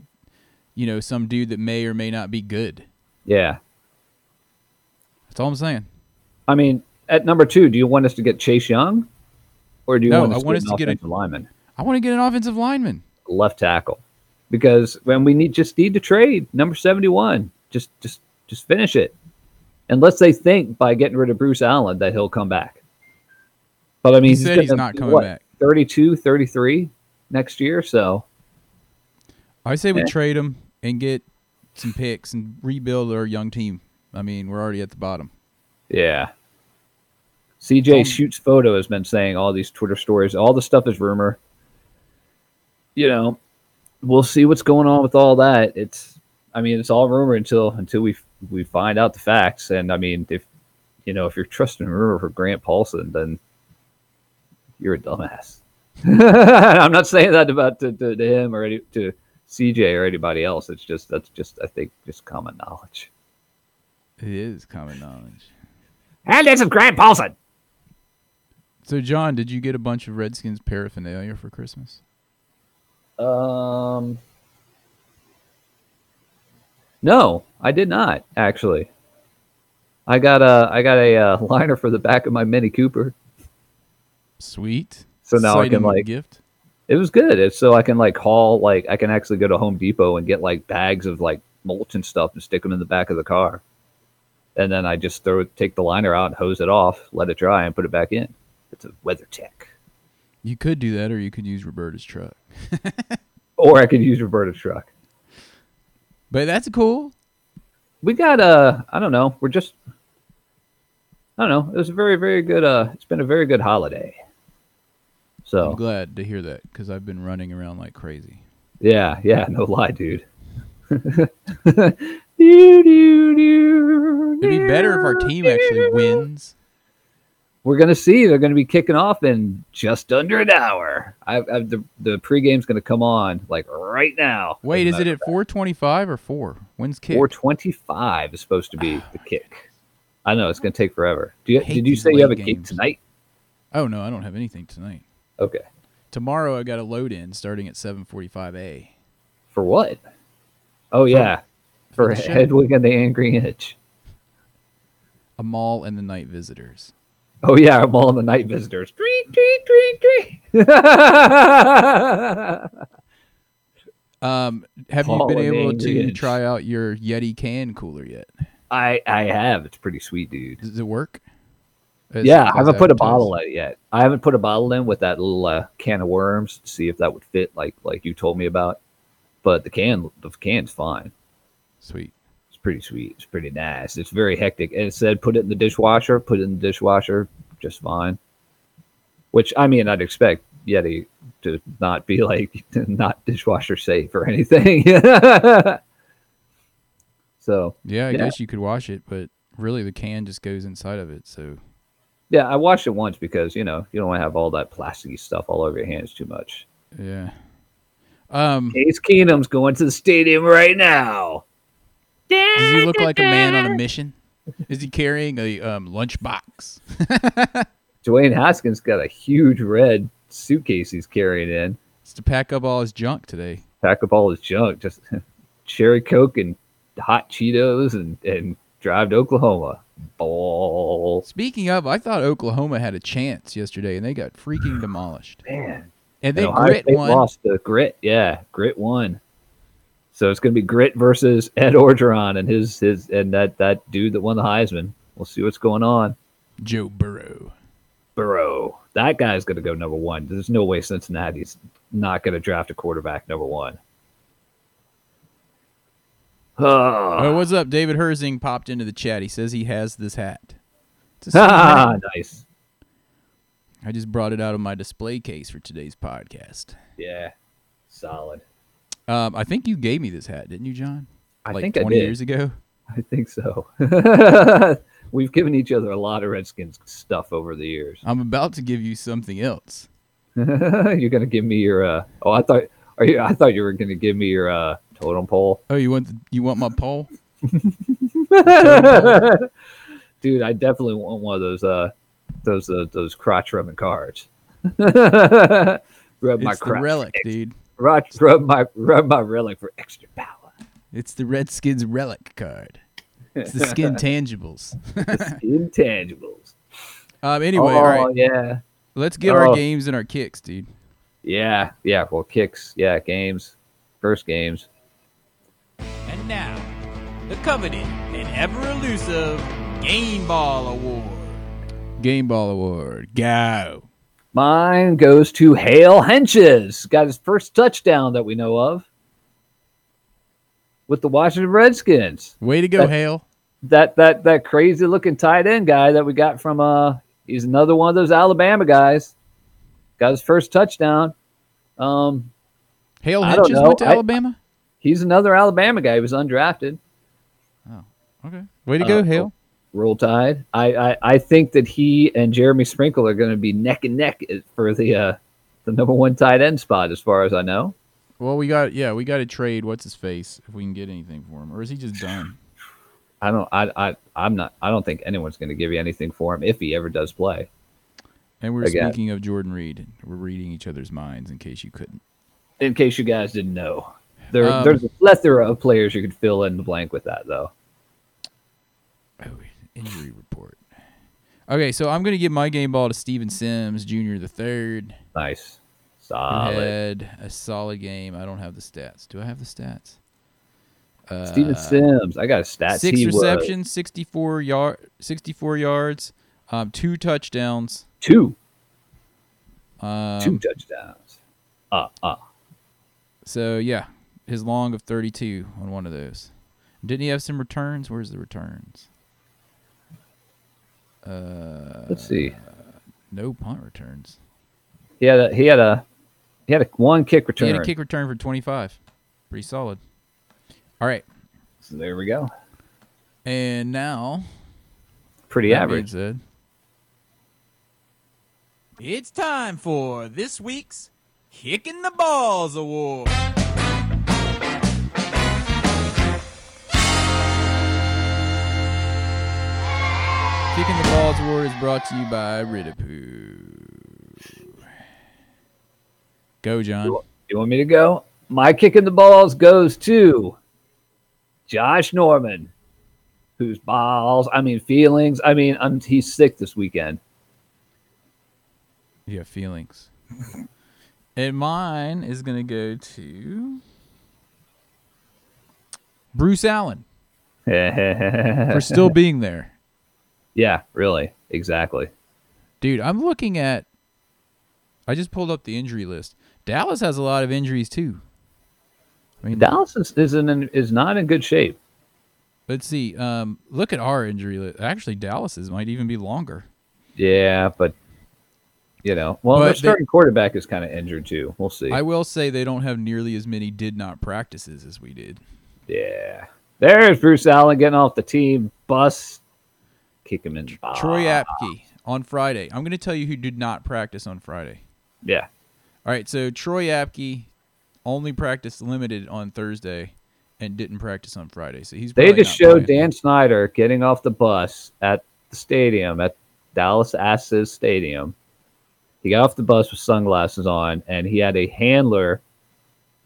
C: you know, some dude that may or may not be good.
D: Yeah.
C: That's all I'm saying.
D: I mean, at number two, do you want us to get Chase Young? Or do you
C: No,
D: want
C: I
D: us
C: want
D: to
C: us to
D: get
C: get a-
D: an offensive lineman?
C: I want to get an offensive lineman.
D: Left tackle. Because when we need just need to trade number seventy one. Just just just finish it. Unless they think by getting rid of Bruce Allen that he'll come back. But I mean
C: He said he's
D: gonna
C: not
D: be,
C: coming
D: what,
C: back.
D: 32, 33 next year, so
C: I say we
D: Yeah.
C: trade him and get some picks and rebuild our young team. I mean, we're already at the bottom.
D: Yeah. CJ
C: Um,
D: shoots photo has been saying all these Twitter stories. All the stuff is rumor. You know, we'll see what's going on with all that. It's, I mean, it's all rumor until until we we find out the facts. And I mean, if you know, if you're trusting rumor for Grant Paulson, then you're a dumbass. I'm not saying that about to, to, to him or any, to CJ or anybody else. It's just that's just I think just common knowledge.
C: It is common knowledge.
D: And it's Grant Paulson.
C: So, John, did you get a bunch of Redskins paraphernalia for Christmas?
D: Um, no, I did not actually. I got a I got a uh, liner for the back of my Mini Cooper.
C: Sweet.
D: So now I
C: Sighting
D: can, like-
C: gift.
D: It was good. It's so I can like haul like I can actually go to Home Depot and get like bags of like mulch and stuff and stick them in the back of the car, and then I just throw take the liner out, hose it off, let it dry, and put it back in. It's a weather tech.
C: You could do that, or you could use Roberta's truck.
D: Or I could use Roberta's truck.
C: But that's cool.
D: we got uh i don't know we're just i don't know it was a very very good uh it's been a very good holiday
C: I'm
D: so
C: glad to hear that because I've been running around like crazy.
D: yeah yeah no lie dude Doo, doo, doo,
C: It'd be better if our team actually wins.
D: we're gonna see they're gonna be kicking off in just under an hour i, I the, the pregame's gonna come on like right now
C: Wait, is it at 4:25 or four? When's kick?
D: 425 is supposed to be the kick i know it's gonna take forever Do you,
C: hate
D: did you
C: these
D: say you have a
C: late
D: kick
C: games.
D: tonight
C: Oh no, I don't have anything tonight.
D: okay
C: Tomorrow I got a load in starting at 7:45 a.
D: For what? Oh yeah, for
C: the show.
D: Hedwig and the Angry Inch.
C: A mall and the night visitors.
D: Oh yeah, I'm all in the night visitors. Tweet, tweet, tweet, tweet. I
C: Um, have
D: Mall
C: you
D: and
C: been
D: the
C: able
D: Angry
C: to
D: Inch.
C: try out your Yeti can cooler yet?
D: I have. It's pretty sweet, dude.
C: Does it work? As-
D: Yeah,
C: as
D: I haven't put a
C: advertised?
D: bottle in it yet. I haven't put a bottle in with that little uh, can of worms to see if that would fit, like like you told me about. But the can, the can's fine.
C: Sweet.
D: It's pretty sweet. It's pretty nice. It's very hectic. And it said put it in the dishwasher, put it in the dishwasher, just fine. Which I mean, I'd expect Yeti to not be like not dishwasher safe or anything. so
C: Yeah, I
D: Yeah.
C: guess you could wash it, but really the can just goes inside of it. So
D: yeah, I washed it once because you know you don't want to have all that plasticky stuff all over your hands too much.
C: yeah. Um,
D: Case Keenum's going to the stadium right now.
C: does he look like a man on a mission? Is he carrying a um, lunchbox?
D: Dwayne Haskins got a huge red suitcase he's carrying in.
C: It's to pack up all his junk today.
D: Pack up all his junk, just cherry coke and hot Cheetos, and and drive to Oklahoma. Balls,
C: Speaking of, I thought Oklahoma had a chance yesterday, and they got freaking demolished.
D: man.
C: And
D: And
C: then
D: Ohio
C: Grit
D: State
C: won.
D: lost to Grit. Yeah, Grit won. So it's going to be Grit versus Ed Orgeron and his his and that that dude that won the Heisman. We'll see what's going on.
C: Joe Burrow.
D: Burrow, that guy's going to go number one. There's no way Cincinnati's not going to draft a quarterback number one. Ah,
C: Oh, what's up? David Herzing popped into the chat. He says he has this hat. It's a sweet
D: ah,
C: hat.
D: nice.
C: I just brought it out of my display case for today's podcast.
D: Yeah, solid.
C: Um, I think you gave me this hat, didn't you, John?
D: I
C: like
D: think I
C: 20
D: did.
C: years ago.
D: I think so. We've given each other a lot of Redskins stuff over the years.
C: I'm about to give you something else.
D: You're gonna give me your uh oh I thought are you I thought you were gonna give me your uh totem pole.
C: Oh, you want the, you want my poll?
D: Dude, I definitely want one of those uh those uh, those crotch rubbing cards. rub my
C: It's the
D: crotch
C: relic, dude.
D: Rub, rub my rub my relic for extra power.
C: It's the Redskins relic card. It's the skin tangibles.
D: Intangibles.
C: Um, anyway,
D: oh
C: all right.
D: yeah.
C: Let's get our
D: Oh.
C: games and our kicks, dude.
D: Yeah, yeah. Well kicks, yeah, games. First games.
C: And now, the coveted and ever elusive Game Ball Award. Game Ball Award. Go.
D: Mine goes to Hale Henches. Got his first touchdown that we know of with the Washington Redskins.
C: Way to go,
D: That-
C: Hale.
D: That that that crazy looking tight end guy that we got from uh he's another one of those Alabama guys. Got his first touchdown. Um
C: Hale
D: I don't
C: Hinches
D: know.
C: went to
D: I-
C: Alabama?
D: he's another Alabama guy. He was undrafted.
C: Okay. Way to go,
D: Uh,
C: Hale.
D: Roll Tide. I, I I think that he and Jeremy Sprinkle are going to be neck and neck for the uh the number one tight end spot as far as I know.
C: Well, we got yeah, we got to trade. What's his face? If we can get anything for him, or is he just done?
D: I don't. I. I. I'm not. I don't think anyone's going to give you anything for him if he ever does play.
C: And we're
D: Again.
C: speaking of Jordan Reed. We're reading each other's minds in case you couldn't.
D: In case you guys didn't know, there
C: Um,
D: there's a plethora of players you could fill in the blank with that though.
C: Oh, injury report. Okay, so I'm gonna give my game ball to Steven Sims Jr. the third.
D: Nice,
C: who
D: solid.
C: Had a solid game. I don't have the stats. Do I have the stats? Uh,
D: Steven Sims. I got a stat.
C: six
D: he was
C: receptions, 64 yard, 64 yards, um, two touchdowns.
D: two
C: Um,
D: two touchdowns. Uh, uh.
C: So yeah, his long of 32 on one of those. Didn't he have some returns? Where's the returns?
D: Let's see.
C: No punt returns.
D: He had a. He had a. He had a one kick
C: He
D: return.
C: had a kick return for 25. Pretty solid. All right,
D: So there we go.
C: and now
D: Pretty
C: that being
D: average.
C: said, it's time for this week's Kicking the Balls Award. Kicking the Balls Award is brought to you by Ridipoo. Go, John.
D: You want me to go? My kick in the balls goes to Josh Norman, whose balls, I mean, feelings. I mean, i he's sick this weekend.
C: You have feelings. and mine is going to go to Bruce Allen for
D: yeah,
C: still being there.
D: really. Exactly.
C: Dude, I'm looking at. I just pulled up the injury list. Dallas has a lot of injuries too. I mean,
D: Dallas is, is, in, is not in good shape.
C: Let's see. Um, look at our injury list. Actually, Dallas's might even be longer.
D: Yeah, but you know, well,
C: But
D: their
C: they-
D: starting quarterback is kind of injured too. We'll see.
C: I will say they don't have nearly as many did not practices as we did.
D: yeah, there's Bruce Allen getting off the team bus. Kick him in. the ball.
C: Troy Apke on Friday. I'm going to tell you who did not practice on Friday.
D: Yeah,
C: All right, so Troy Apke only practiced limited on Thursday and didn't practice on Friday. So he's
D: they
C: probably
D: just
C: not
D: showed
C: playing.
D: Dan Snyder getting off the bus at the stadium at Dallas Asses Stadium. He got off the bus with sunglasses on, and he had a handler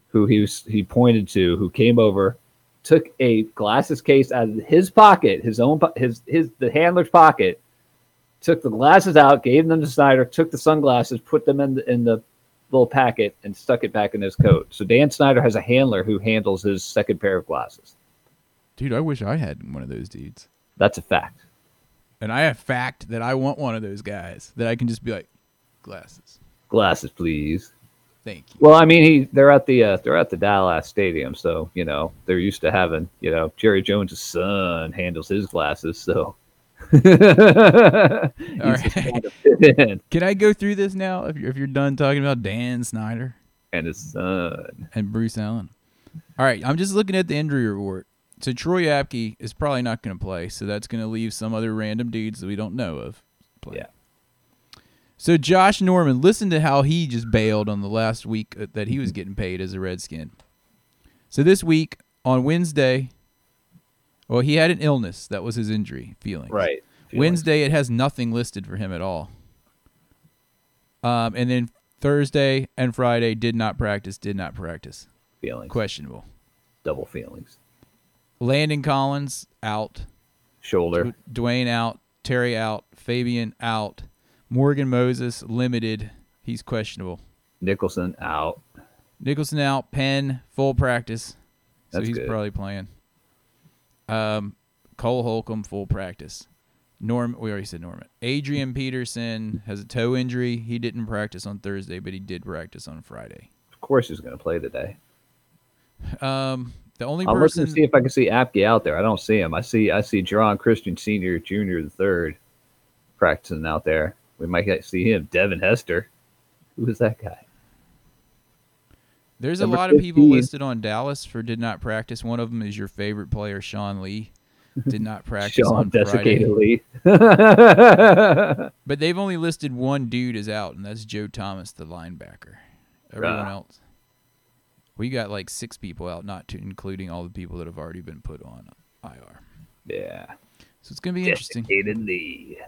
D: who he was, he pointed to, who came over, took a glasses case out of his pocket, his own po- his his the handler's pocket, took the glasses out, gave them to Snyder, took the sunglasses, put them in the in the little packet, and stuck it back in his coat. So Dan Snyder has a handler who handles his second pair of glasses.
C: Dude, I wish I had one of those dudes.
D: That's a fact.
C: And I have fact that I want one of those guys that I can just be like, glasses.
D: Glasses, please.
C: Thank you.
D: Well, I mean, he they're at the uh, they're at the Dallas Stadium, so you know they're used to having you know Jerry Jones' son handles his glasses, so. He's just
C: right.
D: trying to fit in.
C: Can I go through this now if you're, if you're done talking about Dan Snyder
D: And his son.
C: and Bruce Allen? All right, I'm just looking at the injury report. So Troy Apke is probably not going to play, so that's going to leave some other random dudes that we don't know of playing.
D: Yeah.
C: So Josh Norman, listen to how he just bailed on the last week uh, that he was getting paid as a Redskin. So this week on Wednesday, well, he had an illness. That was his injury feeling.
D: Right.
C: Wednesday, it has nothing listed for him at all. Um, and then Thursday and Friday did not practice. Did not practice.
D: Feelings.
C: Questionable.
D: Double feelings.
C: Landon Collins out.
D: Shoulder.
C: Dw- Dwayne out, Terry out, Fabian out, Morgan Moses limited. He's questionable.
D: Nicholson out.
C: Nicholson out, Penn full practice, so
D: That's
C: he's
D: good.
C: probably playing. Um, Cole Holcomb full practice. Norm, we already said Norman. Adrian Peterson has a toe injury. He didn't practice on Thursday, but he did practice on Friday.
D: Of course, he's going to play today.
C: Um, the only
D: I'm looking
C: person
D: to see if I can see Apke out there. I don't see him. I see I see Jeron Christian Senior, Junior, the third practicing out there. We might get- see him. Devin Hester. Who is that guy?
C: There's a
D: Number
C: lot of people
D: 15.
C: listed on Dallas for did not practice. One of them is your favorite player, Sean Lee. Did not practice
D: Sean
C: on Friday.
D: Desiccated Lee. right.
C: But they've only listed one dude as out, and that's Joe Thomas, the linebacker. Everyone
D: Ah.
C: else. We got like six people out, not to, including all the people that have already been put on IR.
D: Yeah.
C: So it's going to be interesting.
D: Desiccated Lee.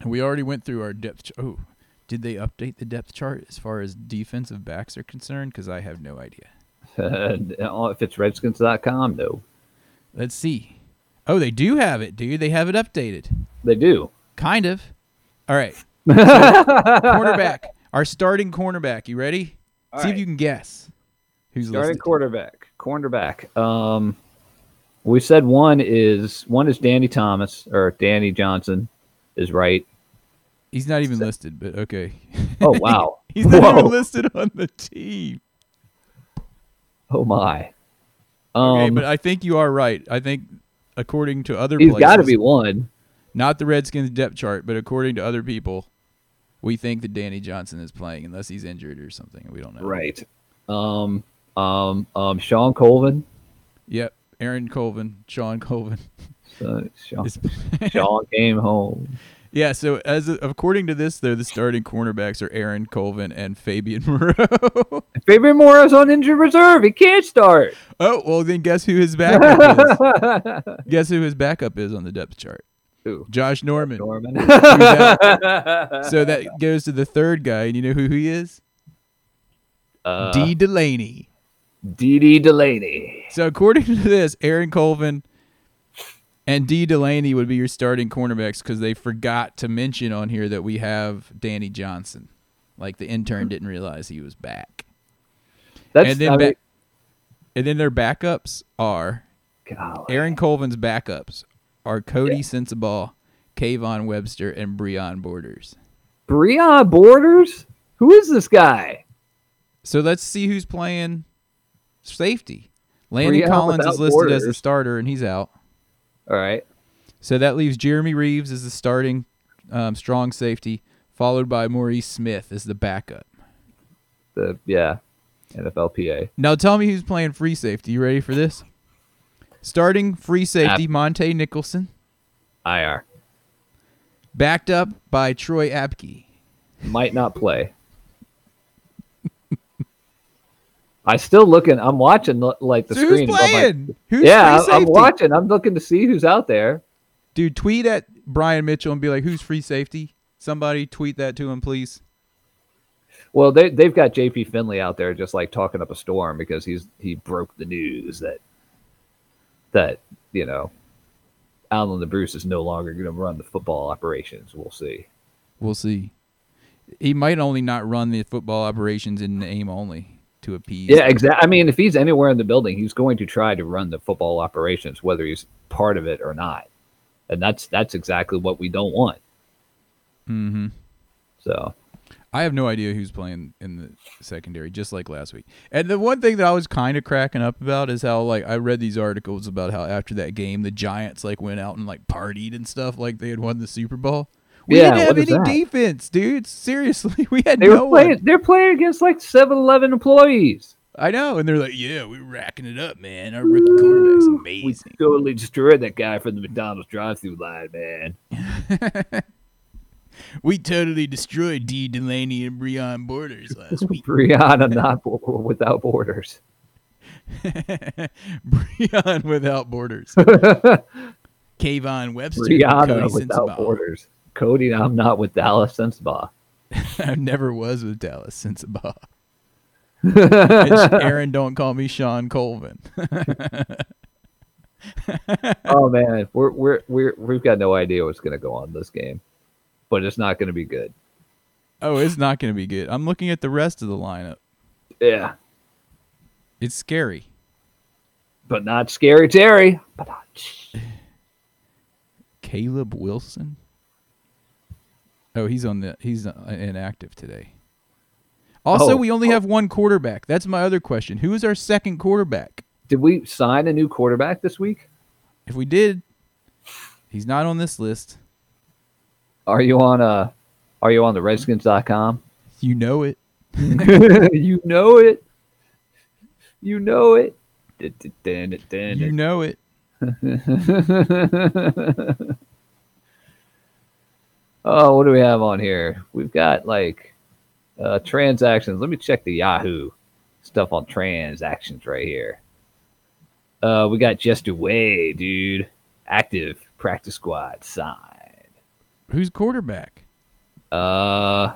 C: And we already went through our depth. Ch- oh, did they update the depth chart as far as defensive backs are concerned? Because I have no idea.
D: Oh, if it's Redskins.com, no.
C: Let's see. Oh, they do have it, dude. They have it updated.
D: They do.
C: Kind of. All right. So, cornerback. Our starting cornerback. You ready?
D: All
C: See if
D: right.
C: you can guess who's
D: Starting
C: listed.
D: quarterback, cornerback. Um, we said one is one is Danny Thomas or Danny Johnson is right.
C: He's not even listed, but okay.
D: Oh wow!
C: He's not
D: Whoa.
C: even listed on the team.
D: Oh my!
C: Okay,
D: Um,
C: but I think you are right. I think according to other
D: he's
C: places,
D: got to be one.
C: not the Redskins depth chart, but according to other people, we think that Danny Johnson is playing unless he's injured or something. We don't know.
D: Right. Um, um, um, Sean Colvin.
C: Yep. Aaron Colvin, Sean Colvin.
D: Uh, Sean,
C: is-
D: Sean came home.
C: Yeah, so as according to this, though, the starting cornerbacks are Aaron Colvin and Fabian Moreau.
D: Fabian Morris on injured reserve. He can't start.
C: oh, well, then guess who his backup is? guess who his backup is on the depth chart?
D: Who?
C: Josh Norman.
D: Norman.
C: Who's out. so that goes to the third guy, and you know who he is?
D: Uh,
C: D. Delaney.
D: D.D. Delaney.
C: So according to this, Aaron Colvin and D. Delaney would be your starting cornerbacks because they forgot to mention on here that we have Danny Johnson. Like the intern didn't realize he was back.
D: That's
C: and then
D: I
C: ba-
D: mean,
C: and then their backups are
D: golly.
C: Aaron Colvin's backups are Cody Sensabaugh, Kayvon Webster, and Breon Borders.
D: Breon Borders? Who is this guy?
C: So let's see who's playing safety. Landon
D: Breon
C: Collins is
D: without
C: listed as the
D: Borders.
C: starter and he's out.
D: All right.
C: So that leaves Jeremy Reeves as the starting um, strong safety, followed by Maurice Smith as the backup.
D: The yeah, NFLPA.
C: Now tell me who's playing free safety. You ready for this? Starting free safety, Monte Nicholson,
D: IR
C: backed up by Troy Apke.
D: might not play. I still looking. I'm watching li- like the
C: So who's
D: screen. above my-
C: playing? Who's
D: yeah,
C: free
D: I- I'm
C: safety?
D: watching. I'm looking to see who's out there.
C: Dude, tweet at Brian Mitchell and be like, who's free safety? Somebody tweet that to him, please.
D: Well, they they've got JP Finley out there just like talking up a storm because he's he broke the news that that you know Alan the Bruce is no longer going to run the football operations. We'll see.
C: We'll see. He might only not run the football operations in name only to appease.
D: Yeah, exactly. I mean, if he's anywhere in the building, he's going to try to run the football operations, whether he's part of it or not. And that's that's exactly what we don't want.
C: Mm-hmm.
D: So
C: I have no idea who's playing in the secondary, just like last week. And the one thing that I was kind of cracking up about is how, like, I read these articles about how after that game, the Giants, like, went out and, like, partied and stuff like they had won the Super Bowl. We
D: Yeah,
C: didn't have
D: what is
C: any
D: that?
C: defense, dude. Seriously, we had
D: they
C: no
D: were
C: one.
D: playing. They're playing against like 7-Eleven employees.
C: I know. And they're like, yeah, we're racking it up, man. Our rookie quarterback's amazing.
D: We totally destroyed that guy from the McDonald's drive-through line, man.
C: We totally destroyed D. Delaney and Breon Borders last week.
D: Brianna not bo- without borders.
C: Breon without borders. Kayvon Webster. and
D: Brianna
C: Cody
D: without
C: Sensabaugh.
D: borders. Cody, I'm not with Dallas Sensabaugh.
C: I never was with Dallas Sensabaugh. And Aaron, don't call me Sean Colvin.
D: oh man, we're we're we're we've got no idea what's going to go on this game, but it's not going to be good.
C: oh, it's not going to be good. I'm looking at the rest of the lineup.
D: Yeah,
C: It's scary.
D: but not scary Terry. But not,
C: Caleb Wilson. Oh, he's on the he's uh, inactive today. Also,
D: Oh.
C: we only have one quarterback. That's my other question. Who is our second quarterback?
D: did we sign a new quarterback this week?
C: If we did, he's not on this list.
D: Are you on uh Are you on the Redskins.com?
C: You know it.
D: you know it. You know it.
C: You know it.
D: Oh, what do we have on here? We've got like uh, transactions. Let me check the Yahoo stuff on transactions right here. Uh, we got Jester Way, dude. Active practice squad sign.
C: Who's quarterback?
D: Uh,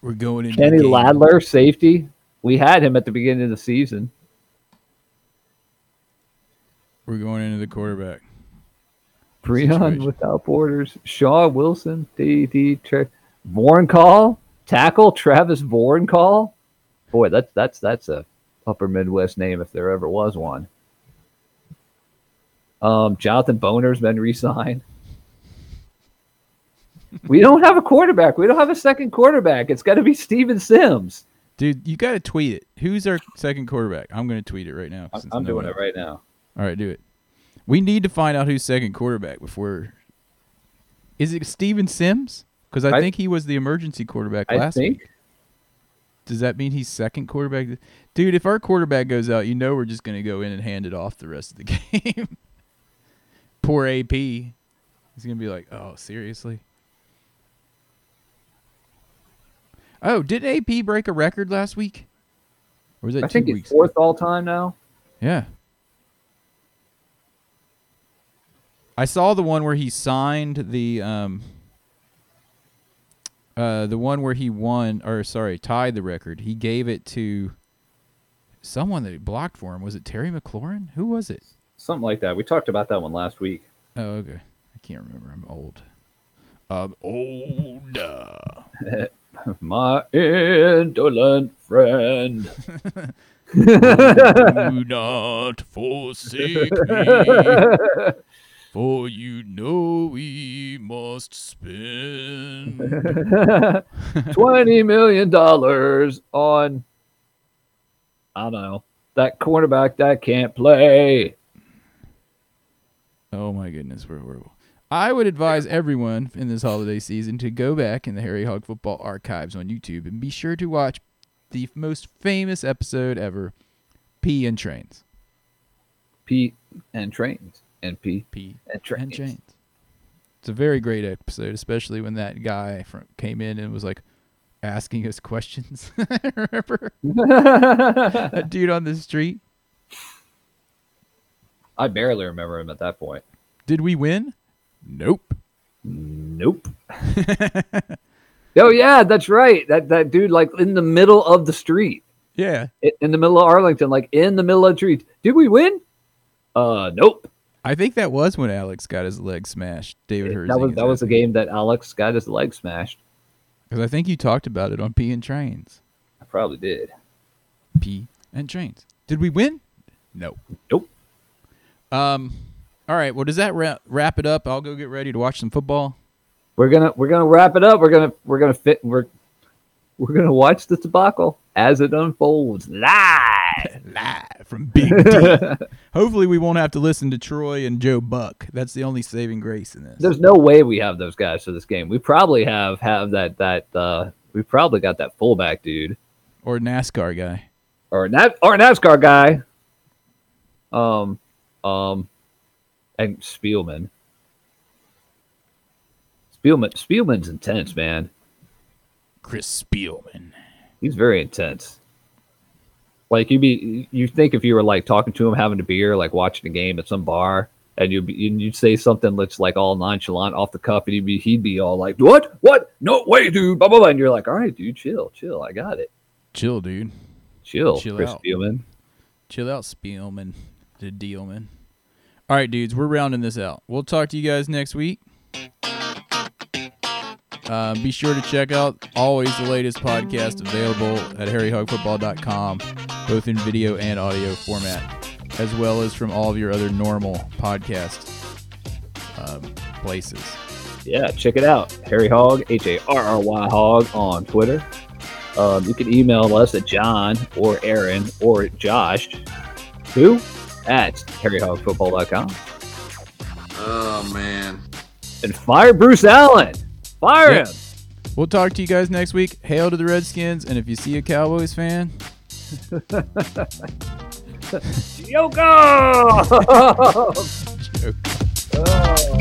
C: We're going into
D: Kenny
C: the game.
D: Ladler, safety. We had him at the beginning of the season.
C: We're going into the quarterback.
D: Breon
C: Situation.
D: without borders. Shaw Wilson, DD. Tra- Bourne call tackle. Travis Bourne call. Boy, that's that's that's a upper Midwest name if there ever was one. Um, Jonathan Boner's been re-signed. we don't have a quarterback. We don't have a second quarterback. It's got to be Steven Sims.
C: Dude, you got to tweet it. Who's our second quarterback? I'm going to tweet it right now. since
D: I'm
C: no
D: doing
C: one-
D: it right now.
C: All right, do it. We need to find out who's second quarterback before. Is it Steven Sims? Because I,
D: I-
C: think he was the emergency quarterback
D: I
C: last
D: think.
C: week. Does that mean he's second quarterback? Dude, if our quarterback goes out, you know we're just going to go in and hand it off the rest of the game. Poor AP. He's going to be like, oh, seriously? Oh, didn't AP break a record last week? Or was that
D: I
C: two
D: think he's
C: weeks? ago?
D: fourth all time now.
C: Yeah. I saw the one where he signed the um uh the one where he won or sorry, tied the record. He gave it to someone that he blocked for him. Was it Terry McLaurin? Who was it?
D: Something like that. We talked about that one last week.
C: Oh, okay. I can't remember. I'm old. Um old. uh,
D: My indolent friend.
C: Do not forsake me, for you know we must spend.
D: Twenty million dollars on I don't know. That cornerback that can't play.
C: Oh my goodness, we're horrible. I would advise everyone in this holiday season to go back in the Harry Hog Football archives on YouTube and be sure to watch the most famous episode ever, Pee and Trains.
D: Pete and trains. And Pete
C: Pee
D: and trains.
C: and Trains. It's a very great episode, especially when that guy from, came in and was like asking us questions. Remember that dude on the street?
D: I barely remember him at that point.
C: Did we win? Nope.
D: Nope. oh yeah, that's right. That that dude like in the middle of the street,
C: Yeah,
D: i- in the middle of Arlington, like in the middle of the street. Did we win? Uh, nope.
C: I think that was when Alex got his leg smashed. David Herzig.
D: That was that was the game that Alex got his leg smashed.
C: because I think you talked about it on P and Trains.
D: I probably did.
C: P and Trains. Did we win? No.
D: Nope.
C: Um. All right. Well, does that wrap wrap it up? I'll go get ready to watch some football.
D: We're gonna we're gonna wrap it up. We're gonna we're gonna fit. We're we're gonna watch the debacle as it unfolds live.
C: Live from Big D. Hopefully, we won't have to listen to Troy and Joe Buck. That's the only saving grace in this.
D: There's no way we have those guys for this game. We probably have have that that uh, we probably got that fullback dude.
C: Or NASCAR guy.
D: or a Nav- or a NASCAR guy. Um, um, and Spielman. Spielman Spielman's intense, man.
C: Chris Spielman.
D: He's very intense. Like you'd be, you think if you were like talking to him, having a beer, like watching a game at some bar, and you'd be, and you'd say something that's like all nonchalant, off the cuff, and he'd be, he'd be all like, "What? What? No way, dude!" Blah blah blah. And you're like, "All right, dude, chill, chill. I got it.
C: Chill, dude.
D: Chill,
C: Chill
D: Chris
C: out.
D: Spielman."
C: Chill out, Spielman. The Dealman. All right, dudes, we're rounding this out. We'll talk to you guys next week. Uh, be sure to check out always the latest podcast available at harryhogfootball.com, both in video and audio format, as well as from all of your other normal podcast um, places.
D: yeah, check it out. Harry Hog, H A R R Y Hog on Twitter. Um, you can email us at John or Aaron or Josh who at harryhogfootball.com.
E: Oh man.
D: And fire Bruce Allen. Fire
C: Yeah.
D: him.
C: We'll talk to you guys next week. Hail to the Redskins, and if you see a Cowboys fan,
D: Yoko!
C: joke.
D: Oh.